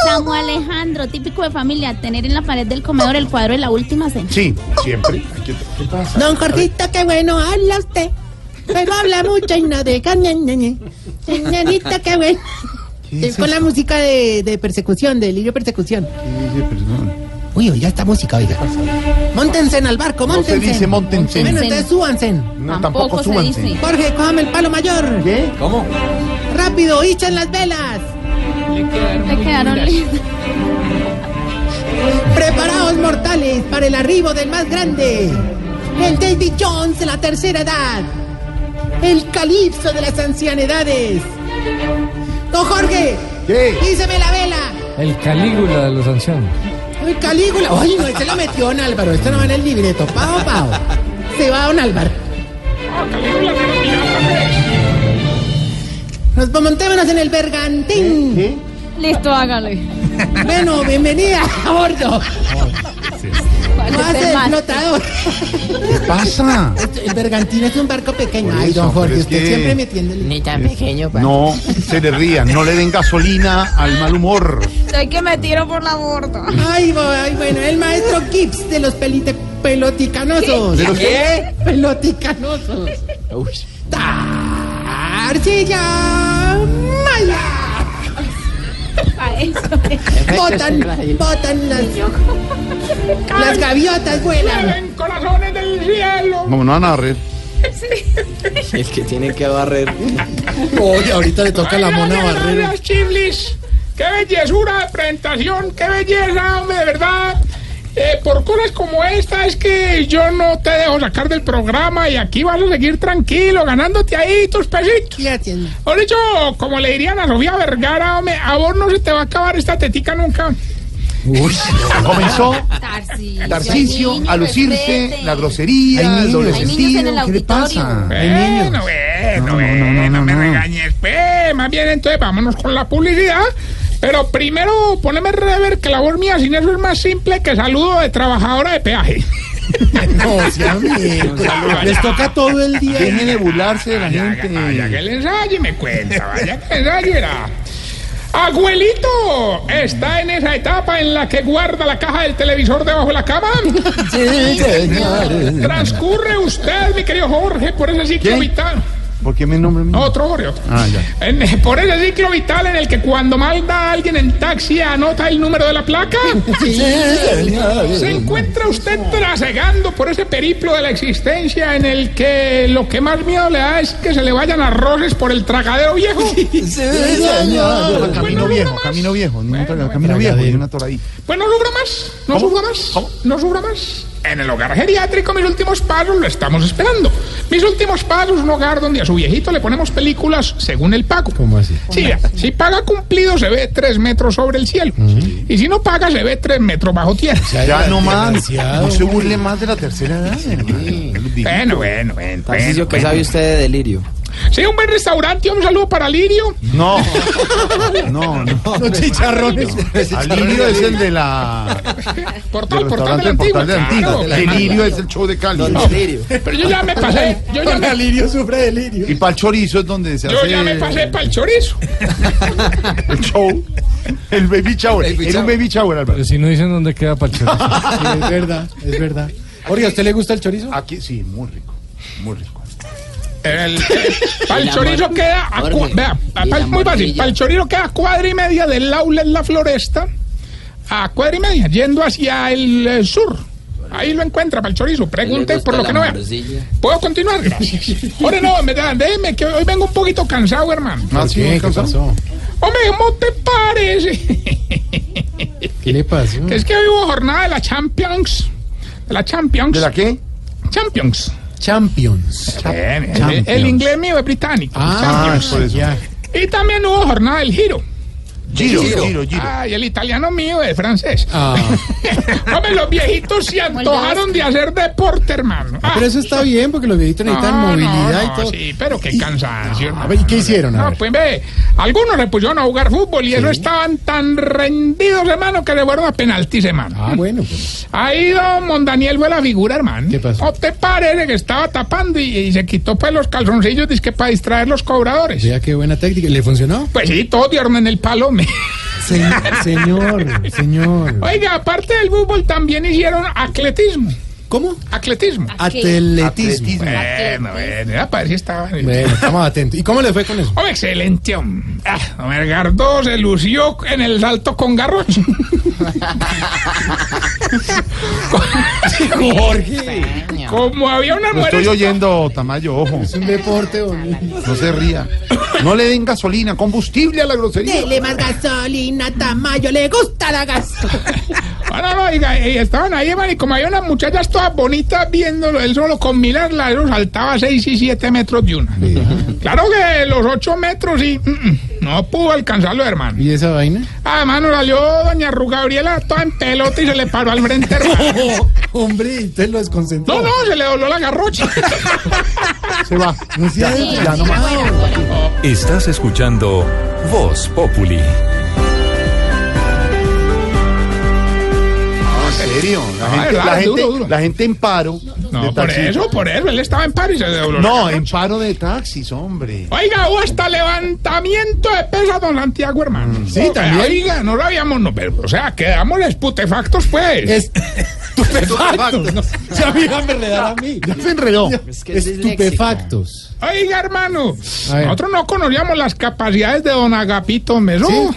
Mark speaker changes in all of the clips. Speaker 1: Samu Alejandro, típico de familia, tener en la pared del comedor el cuadro de la última cena.
Speaker 2: Sí, siempre. Aquí te- ¿Qué pasa?
Speaker 3: Don Jorgito, qué bueno habla usted. Pero habla mucho y no deja ñe, ñe, ñe. Señorita, qué bueno.
Speaker 2: ¿Qué
Speaker 3: Es con la
Speaker 2: eso?
Speaker 3: música de, de persecución, de Lirio Persecución.
Speaker 2: Sí, perdón.
Speaker 3: Uy, oiga esta música, oiga. Móntense al barco,
Speaker 2: No se
Speaker 3: móntense.
Speaker 2: dice
Speaker 3: Bueno,
Speaker 2: Montensen.
Speaker 3: entonces súbanse.
Speaker 2: No,
Speaker 1: Tampoco
Speaker 2: tampoco
Speaker 1: se
Speaker 2: súbanse.
Speaker 1: dice.
Speaker 3: Jorge, cójame el palo mayor.
Speaker 2: ¿Qué? ¿Cómo?
Speaker 3: Rápido, hinchan las velas.
Speaker 1: Te quedaron lindas.
Speaker 3: Preparaos, mortales, para el arribo del más grande. El David Jones de la tercera edad. El calipso de las ancianidades. Don Jorge,
Speaker 2: ¿Qué?
Speaker 3: Díseme la vela.
Speaker 4: El Calígula de los ancianos.
Speaker 3: El Calígula. Oye, no, este lo metió don Álvaro. Esto no va en el libreto. Pao, pao. Se va don Álvaro. Nos montémonos en el bergantín.
Speaker 2: ¿Qué?
Speaker 1: Listo, hágale.
Speaker 3: Bueno, bienvenida a bordo. No
Speaker 1: ¿Cuál
Speaker 3: hace
Speaker 1: es el más?
Speaker 3: explotador.
Speaker 2: ¿Qué pasa?
Speaker 3: El bergantín es un barco pequeño.
Speaker 2: Por
Speaker 3: Ay,
Speaker 2: eso,
Speaker 3: don Jorge,
Speaker 2: pero es
Speaker 3: usted
Speaker 2: que-
Speaker 3: siempre metiendo el...
Speaker 5: Ni tan pequeño, pa.
Speaker 2: No se le rían, no le den gasolina al mal humor.
Speaker 1: Soy que me tiro por la borda.
Speaker 3: Ay, bo- ay, bueno, el maestro Gibbs de los pelite... peloticanosos.
Speaker 2: ¿Pero qué?
Speaker 3: Peloticanosos. Arcilla Maya.
Speaker 1: Pa' eso.
Speaker 3: Botan, botan las, las gaviotas vuelan.
Speaker 2: Como no van a reír.
Speaker 5: El que tiene que barrer.
Speaker 3: Oye, ahorita le toca la mona barrera.
Speaker 6: Gracias, chiblis. Qué bellezura de presentación, qué belleza, hombre, de verdad. Eh, por cosas como esta es que yo no te dejo sacar del programa y aquí vas a seguir tranquilo, ganándote ahí tus pesitos.
Speaker 3: Gracias.
Speaker 6: Por dicho, como le dirían a Sofía Vergara, hombre, a vos no se te va a acabar esta tetica nunca.
Speaker 2: Uy, comenzó
Speaker 1: Tarcisio.
Speaker 2: Tarcisio
Speaker 1: niño,
Speaker 2: a lucirse,
Speaker 1: respete.
Speaker 2: la grosería,
Speaker 3: Hay niños.
Speaker 2: el doble
Speaker 3: Hay
Speaker 1: niños en
Speaker 2: sentido.
Speaker 1: el
Speaker 2: ¿Qué le pasa?
Speaker 1: auditorio.
Speaker 2: Hay
Speaker 6: Bueno,
Speaker 2: niños.
Speaker 6: bueno,
Speaker 2: No, no, no,
Speaker 6: bueno,
Speaker 2: no,
Speaker 6: me
Speaker 2: no.
Speaker 6: regañes. Pues, más bien, entonces vámonos con la publicidad. Pero primero poneme rever que la voz mía sin eso es más simple que saludo de trabajadora de peaje.
Speaker 3: No, sea
Speaker 2: Pues,
Speaker 3: amigo. Les toca todo el día.
Speaker 2: Dejen de burlarse de la
Speaker 6: Vaya, vaya que
Speaker 2: gente.
Speaker 6: el ensayo y me cuenta, vaya que el ensayo era. Abuelito, está en esa etapa en la que guarda la caja del televisor debajo de la cama. Transcurre usted, mi querido Jorge, por ese ciclo
Speaker 2: ¿Quién?
Speaker 6: vital.
Speaker 2: ¿Por qué me nombran? a mí?
Speaker 6: Otro Jorge. otro.
Speaker 2: Ah, ya.
Speaker 6: En- por ese ciclo vital en el que cuando manda a alguien en taxi anota el número de la placa, se encuentra usted trasegando por ese periplo de la existencia en el que lo que más miedo le da es que se le vayan arroces por el tragadero viejo.
Speaker 2: Ah, Camino
Speaker 6: Bueno,
Speaker 2: viejo,
Speaker 6: no más.
Speaker 2: camino viejo. ni un tra-
Speaker 6: bueno,
Speaker 2: Camino viejo, ni una toradita.
Speaker 6: Pues no sufra más, no
Speaker 2: ¿Cómo?
Speaker 6: sufra más,
Speaker 2: ¿Cómo?
Speaker 6: no sufra más. En el hogar geriátrico mis últimos pasos lo estamos esperando. Mis últimos pasos, un hogar donde a su viejito le ponemos películas según el pago.
Speaker 4: ¿Cómo así?
Speaker 6: Sí, vea, si paga cumplido se ve tres metros sobre el cielo.
Speaker 2: Mm.
Speaker 6: Y si no paga se ve tres metros bajo tierra.
Speaker 2: Ya no más. No se burle más de la tercera edad, hermano.
Speaker 6: Bueno, bueno, bueno.
Speaker 5: Tarcisio,
Speaker 6: bueno,
Speaker 5: ¿qué
Speaker 6: bueno.
Speaker 5: sabe usted de delirio?
Speaker 6: Sí, un buen restaurante, un saludo para Lirio.
Speaker 2: No, no, no.
Speaker 3: Los chicharrones.
Speaker 2: Alirio es el de la.
Speaker 6: Portal,
Speaker 2: Del
Speaker 6: portal
Speaker 2: restaurante el
Speaker 6: de la antigua.
Speaker 2: portal de la
Speaker 6: claro.
Speaker 2: antigua. Delirio es el show de Cali.
Speaker 5: Don Delirio.
Speaker 6: Pero yo ya me pasé, yo ya me,
Speaker 3: Alirio sufre delirio.
Speaker 2: Y pa'l chorizo es donde se
Speaker 6: yo
Speaker 2: hace
Speaker 6: ya me pasé para el chorizo.
Speaker 2: el show. El baby shower.
Speaker 5: Baby
Speaker 2: Era un
Speaker 5: shower.
Speaker 2: baby shower, Álvaro.
Speaker 4: Pero pues si no dicen dónde queda Pachón.
Speaker 3: Es verdad, es verdad. Jorge, ¿a usted le gusta el chorizo?
Speaker 2: Aquí sí, muy rico. Muy rico.
Speaker 6: El, para el
Speaker 5: El
Speaker 6: chorizo
Speaker 5: amor-
Speaker 6: queda a cua-
Speaker 5: Jorge,
Speaker 6: vea,
Speaker 5: y
Speaker 6: pa'l-
Speaker 5: la
Speaker 6: muy fácil,
Speaker 5: morcilla.
Speaker 6: para el chorizo queda a cuadra y media del aula en la floresta, a cuadra y media, yendo hacia el eh, sur. Ahí lo encuentra para el chorizo. Pregunte por lo que no vea. ¿Puedo continuar? Gracias. Ahora no, me da- déjeme que hoy vengo un poquito cansado, hermano.
Speaker 2: ¿Más
Speaker 3: Ah, ¿Qué? ¿Qué pasó?
Speaker 6: Hombre, ¿cómo te parece?
Speaker 3: ¿Qué le pasó?
Speaker 6: Que es que vivo jornada de la Champions. De la Champions.
Speaker 2: ¿De la qué?
Speaker 6: Champions.
Speaker 3: Champions.
Speaker 6: Bien, el-
Speaker 3: Champions.
Speaker 6: El, inglés mío es británico.
Speaker 3: Ah,
Speaker 2: es por eso.
Speaker 3: ya.
Speaker 6: Y también hubo jornada del giro. Ah,
Speaker 3: Giro, giro, giro.
Speaker 6: Ay, el italiano mío es francés.
Speaker 3: Ah.
Speaker 6: Hombre, los viejitos se antojaron de hacer deporte, hermano. Ah,
Speaker 3: Pero eso está bien porque los viejitos
Speaker 7: Ah,
Speaker 3: necesitan
Speaker 6: no,
Speaker 3: movilidad
Speaker 6: no,
Speaker 3: y todo.
Speaker 6: Sí, pero qué cansancio.
Speaker 3: A ver, ¿y qué hicieron? A
Speaker 6: No,
Speaker 3: ver.
Speaker 6: pues ve, algunos le pusieron a jugar fútbol y eso estaban tan rendidos, hermano, que le fueron a penaltis, hermano.
Speaker 3: Ah, bueno, pues.
Speaker 6: Ahí don Mondaniel fue la figura, hermano.
Speaker 3: ¿Qué pasó?
Speaker 6: No te parece que estaba tapando y, y se quitó pues los calzoncillos, dizque para distraer los cobradores.
Speaker 3: Vea qué buena técnica. ¿Le funcionó?
Speaker 6: Pues sí, todos dieron en el palo. me-
Speaker 3: señor, señor.
Speaker 6: Oiga, aparte del fútbol también hicieron atletismo.
Speaker 3: ¿Cómo?
Speaker 6: Atletismo.
Speaker 3: Ah, Atletismo.
Speaker 6: Ah, Bueno, bueno, era para decir estaba.
Speaker 3: Bueno, estamos atentos. ¿Y cómo le fue con eso?
Speaker 6: Oh, excelente, hombre. Ah, Homer Gardó se lució en el salto con garrocho.
Speaker 3: Jorge.
Speaker 6: Como había una
Speaker 2: Lo
Speaker 6: mujer.
Speaker 2: estoy oyendo, Tamayo, ojo.
Speaker 3: Es un deporte bonito.
Speaker 2: No se ría. No le den gasolina, combustible a la grosería.
Speaker 7: Dele más gasolina, Tamayo, le gusta la gasolina.
Speaker 6: Ah, no, no, oiga, eh, estaban ahí, hermano, y como había unas muchachas todas bonitas viéndolo, él solo con mirar la él saltaba 6 y 7 metros de una. Claro que los 8 metros sí, mm, mm, no pudo alcanzarlo, hermano. Ah,
Speaker 3: ¿Y esa vaina?
Speaker 6: Además, nos salió doña Ru Gabriela toda en pelota y se le paró al frente, hermano.
Speaker 3: Hombre, usted lo desconcentró.
Speaker 6: No, no, se le dobló la garrocha.
Speaker 3: Se va. No sea
Speaker 1: Ya, no
Speaker 8: Estás escuchando Voz Populi.
Speaker 2: en serio. La
Speaker 6: Ah,
Speaker 2: gente,
Speaker 6: verdad,
Speaker 2: la gente-
Speaker 6: duro, duro.
Speaker 2: la gente en paro. de
Speaker 6: No, por
Speaker 2: taxi.
Speaker 6: eso, por eso, él estaba en París y se le dobló la
Speaker 2: No,
Speaker 6: garrocha.
Speaker 2: en paro de taxis, hombre.
Speaker 6: Oiga, hubo hasta levantamiento de pesas, don Santiago, hermano.
Speaker 3: sí, también.
Speaker 6: Oiga, no lo habíamos, no, pero, o sea, quedamos estupefactos, pues.
Speaker 3: Es
Speaker 2: Estupefactos.
Speaker 3: estupefactos. Ya me iba a enredar a mí.
Speaker 2: Se enredó.
Speaker 9: Es que es
Speaker 3: Estupefactos.
Speaker 6: Oiga, hermano,
Speaker 3: A ver.
Speaker 6: nosotros no conocíamos las capacidades de don Agapito Mesú.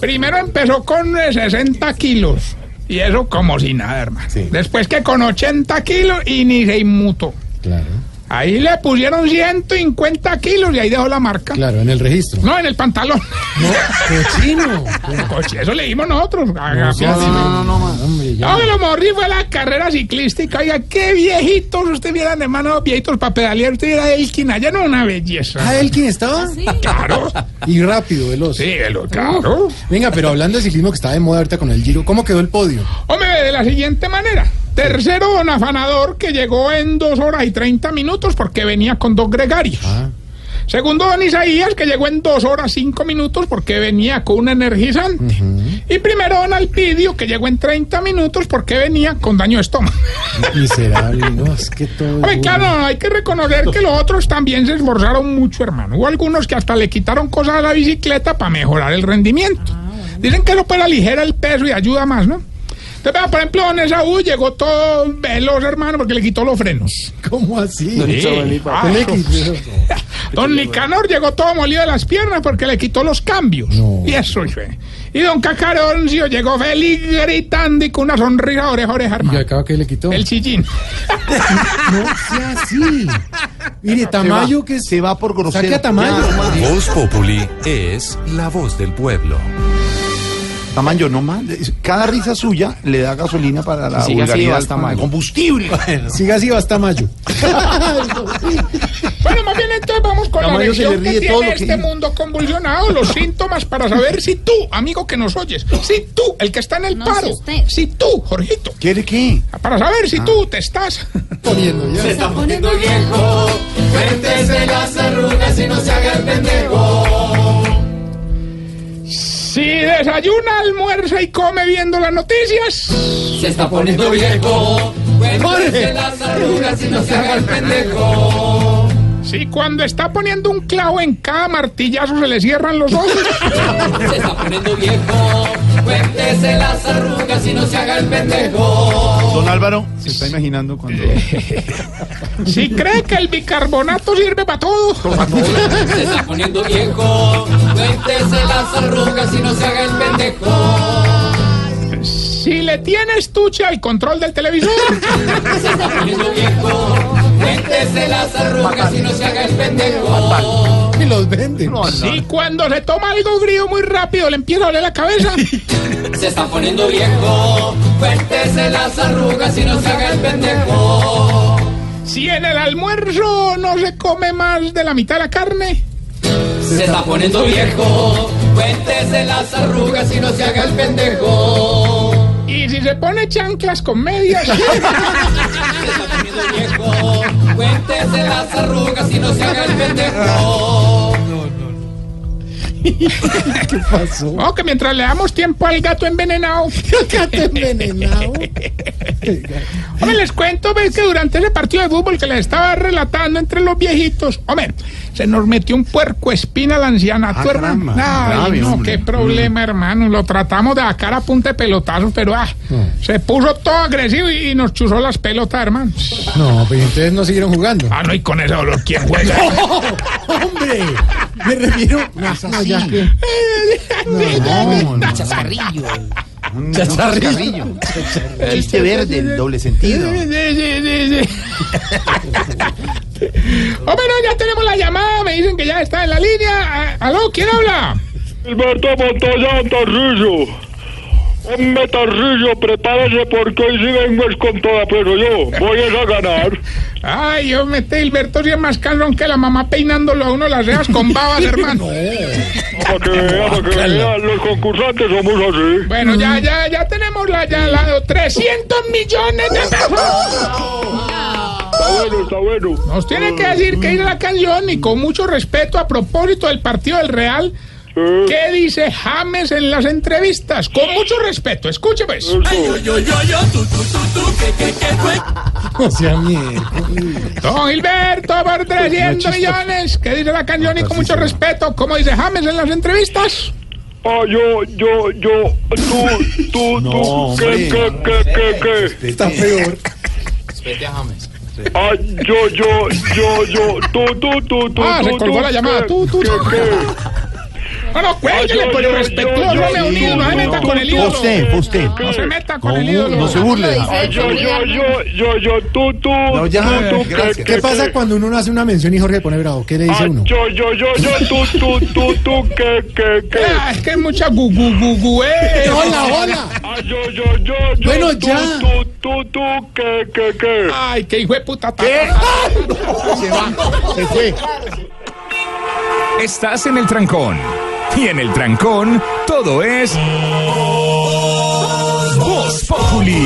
Speaker 6: Primero empezó con eh, 60 kilos. Y eso como si nada, hermano.
Speaker 3: Sí.
Speaker 6: Después que con 80 kilos y ni se inmutó.
Speaker 3: Claro,
Speaker 6: Ahí le pusieron 150 kilos y ahí dejó la marca.
Speaker 3: claro, en el registro.
Speaker 6: No, en el pantalón.
Speaker 3: No, cochino.
Speaker 6: Coche, Eso le dimos nosotros.
Speaker 3: No,
Speaker 6: Agapito.
Speaker 3: sea así, no, no, no, ma. Hombre, ya.
Speaker 6: No, me lo morí Ah, fue la carrera ciclística. Oiga, qué viejitos usted vieran, hermano, viejitos para pedalear. Usted viera Elkin, allá no una belleza.
Speaker 3: ¿Ah, él quién estaba?
Speaker 6: Claro.
Speaker 3: Y rápido, veloz.
Speaker 6: Sí, lo- claro.
Speaker 3: Venga, pero hablando de ciclismo que está de moda ahorita con el Giro, ¿cómo quedó el podio?
Speaker 6: Hombre, de la siguiente manera. Tercero, don Afanador, que llegó en dos horas y 30 minutos porque venía con dos gregarios.
Speaker 3: Ah,
Speaker 6: Segundo, don Isaías, que llegó en dos horas cinco minutos porque venía con un energizante. Y primero, don Alpidio, que llegó en 30 minutos porque venía con daño de estómago.
Speaker 3: miserable. No, es que todo.
Speaker 6: Hombre, claro, hay que reconocer que los otros también se esforzaron mucho, hermano. Hubo algunos que hasta le quitaron cosas a la bicicleta para mejorar el rendimiento. Dicen que eso pues aligera el peso y ayuda más, ¿no? Entonces, vea, por ejemplo, Don Esaú llegó todo veloz, hermano, porque le quitó los frenos.
Speaker 3: ¿Cómo así?
Speaker 6: Ah,
Speaker 3: Con X.
Speaker 6: don Nicanor llegó todo molido de las piernas porque le quitó los cambios.
Speaker 3: No.
Speaker 6: Y eso, fue. Y Don Cacaroncio llegó feliz gritando y con una sonrisa oreja a oreja,
Speaker 3: Y
Speaker 6: hermano.
Speaker 3: acaba que le quitó.
Speaker 6: El sillín.
Speaker 3: No sea así. Mire, Tamayo que
Speaker 2: se va por grosero.
Speaker 3: Saque a Tamayo.
Speaker 2: Ya, no más.
Speaker 8: Voz Populi es la voz del pueblo.
Speaker 2: Tamayo, no más. Cada risa suya le da gasolina para la
Speaker 9: Que siga así,
Speaker 2: vulgaridad.
Speaker 9: basta,
Speaker 2: para el
Speaker 9: Mayo.
Speaker 2: combustible.
Speaker 3: Siga así o hasta mayo.
Speaker 6: Bueno, más bien entonces vamos con
Speaker 2: La
Speaker 6: la
Speaker 2: mayor se
Speaker 6: lección
Speaker 2: le
Speaker 6: que
Speaker 2: ríe todo
Speaker 6: tiene
Speaker 2: lo que
Speaker 6: este
Speaker 2: dice.
Speaker 6: mundo convulsionado, los síntomas para saber si tú, amigo que nos oyes, si tú, el que está en el
Speaker 1: No, si
Speaker 6: paro,
Speaker 1: usted.
Speaker 6: si tú, Jorgito,
Speaker 2: ¿Quiere qué?
Speaker 6: para saber
Speaker 2: Ah.
Speaker 6: si tú te estás.
Speaker 3: Poniendo ya.
Speaker 6: Si desayuna, almuerza y come viendo las noticias.
Speaker 3: Jorge.
Speaker 6: Si cuando está poniendo un clavo en cada martillazo se le cierran los ojos.
Speaker 2: Don Álvaro se está imaginando cuando.
Speaker 6: Si cree que el bicarbonato sirve para todo. Si le tiene estuche al control del televisor.
Speaker 3: Y los venden.
Speaker 2: Ah.
Speaker 6: Si cuando se toma algo frío muy rápido le empieza a doler la cabeza. Si en el almuerzo no se come más de la mitad de la carne.
Speaker 10: Se está poniendo viejo. Cuéntese las arrugas y no se haga el pendejo.
Speaker 6: Y si se pone chanclas con medias.
Speaker 10: Cuéntese las arrugas y no se haga el pendejo.
Speaker 6: ¿Qué pasó? No, Oh, que mientras le damos tiempo al gato envenenado. El gato envenenado. Hombre, les cuento, ves que durante ese partido de fútbol que les estaba relatando entre los viejitos, hombre, se nos metió un puerco espina la anciana, tu hermano. Ay,
Speaker 11: Ah, grave,
Speaker 6: no,
Speaker 11: hombre. Mm.
Speaker 6: qué problema, hermano. Lo tratamos de sacar a punta de pelotazos, pero ah, se puso todo agresivo y, y nos chuzó las pelotas, hermano.
Speaker 2: No, pues entonces no siguieron jugando.
Speaker 6: Ah, no, y con ese dolor, ¿quién juega?
Speaker 2: ¡Hombre! Me refiero. No, es así.
Speaker 11: No, no.
Speaker 5: Chazarrillo.
Speaker 11: Un- un
Speaker 5: Chazarrillo.
Speaker 11: chascarrillo. Chiste verde, el doble sentido.
Speaker 6: Sí, sí, sí, sí. Hombre, no, ya tenemos la llamada, me dicen que ya está en la línea. Ah, ¿Aló? ¿Quién habla?
Speaker 8: Alberto Montoya Tarrillo. Hombre Tarrillo, prepárese porque hoy sí vengo es con toda, pero yo voy es a ganar.
Speaker 6: Ay, yo mete Hilberto si es más calón que la mamá peinándolo a uno las cejas con babas, hermano.
Speaker 8: Para que vea, para que vea, los concursantes somos así.
Speaker 6: Bueno, ya, ya, ya tenemos la, ya, la 300 millones de pesos.
Speaker 8: Está bueno, está bueno.
Speaker 6: Nos tiene que decir que ir la canción y con mucho respeto a propósito del partido del Real. ¿Qué dice James en las entrevistas? Con mucho respeto, escuche pues.
Speaker 2: O sea, mierda.
Speaker 6: Don Gilberto por 300
Speaker 2: chiste.
Speaker 6: millones. ¿Qué dice la cañón y con mucho respeto? ¿Cómo dice James en las entrevistas?
Speaker 8: Ah, yo, yo, yo, tú, tú,
Speaker 11: No,
Speaker 8: tú,
Speaker 11: hombre.
Speaker 8: ¿qué, qué, qué, qué, qué?
Speaker 11: Está peor.
Speaker 10: Respete a James.
Speaker 8: Ah, yo, yo, yo, yo, tú, tú, tú, tú,
Speaker 6: Ah,
Speaker 8: tú,
Speaker 6: se colgó
Speaker 8: tú,
Speaker 6: la llamada.
Speaker 8: ¿qué,
Speaker 6: Tú, tú,
Speaker 8: qué,
Speaker 6: tú.
Speaker 8: qué?
Speaker 6: No, no, cuélguele,
Speaker 8: Ay, yo,
Speaker 6: pero
Speaker 8: yo,
Speaker 6: respetuoso.
Speaker 8: yo,
Speaker 6: No le
Speaker 8: yo,
Speaker 6: unido, no se
Speaker 8: yo,
Speaker 6: meta
Speaker 8: yo,
Speaker 6: con el ídolo.
Speaker 11: Usted, usted.
Speaker 6: No se meta con
Speaker 11: No,
Speaker 6: el ídolo.
Speaker 11: no se burle.
Speaker 8: Ay, yo, yo, yo, yo, yo, tú, tú,
Speaker 11: No, ya,
Speaker 8: tú, tú,
Speaker 11: gracias.
Speaker 8: ¿qué,
Speaker 2: ¿Qué
Speaker 8: qué,
Speaker 2: pasa
Speaker 8: qué?
Speaker 2: cuando uno no hace una mención y Jorge pone bravo? ¿Qué le dice
Speaker 8: Ah,
Speaker 2: uno?
Speaker 8: yo, yo, yo, yo, tú, tú, tú, tú, ¿qué, qué, qué?
Speaker 6: Ah, es que es mucha gu, gu, gu, gu, eh.
Speaker 2: ¡Hola, hola!
Speaker 8: Ah, yo, yo, yo, yo,
Speaker 2: Bueno,
Speaker 8: tú,
Speaker 2: ya.
Speaker 8: tú, tú, tú, ¿qué, qué, qué?
Speaker 6: Ay, qué hijo de puta.
Speaker 2: Se va, se fue.
Speaker 12: Estás en el trancón. Y en el trancón, todo es. Voz Populi.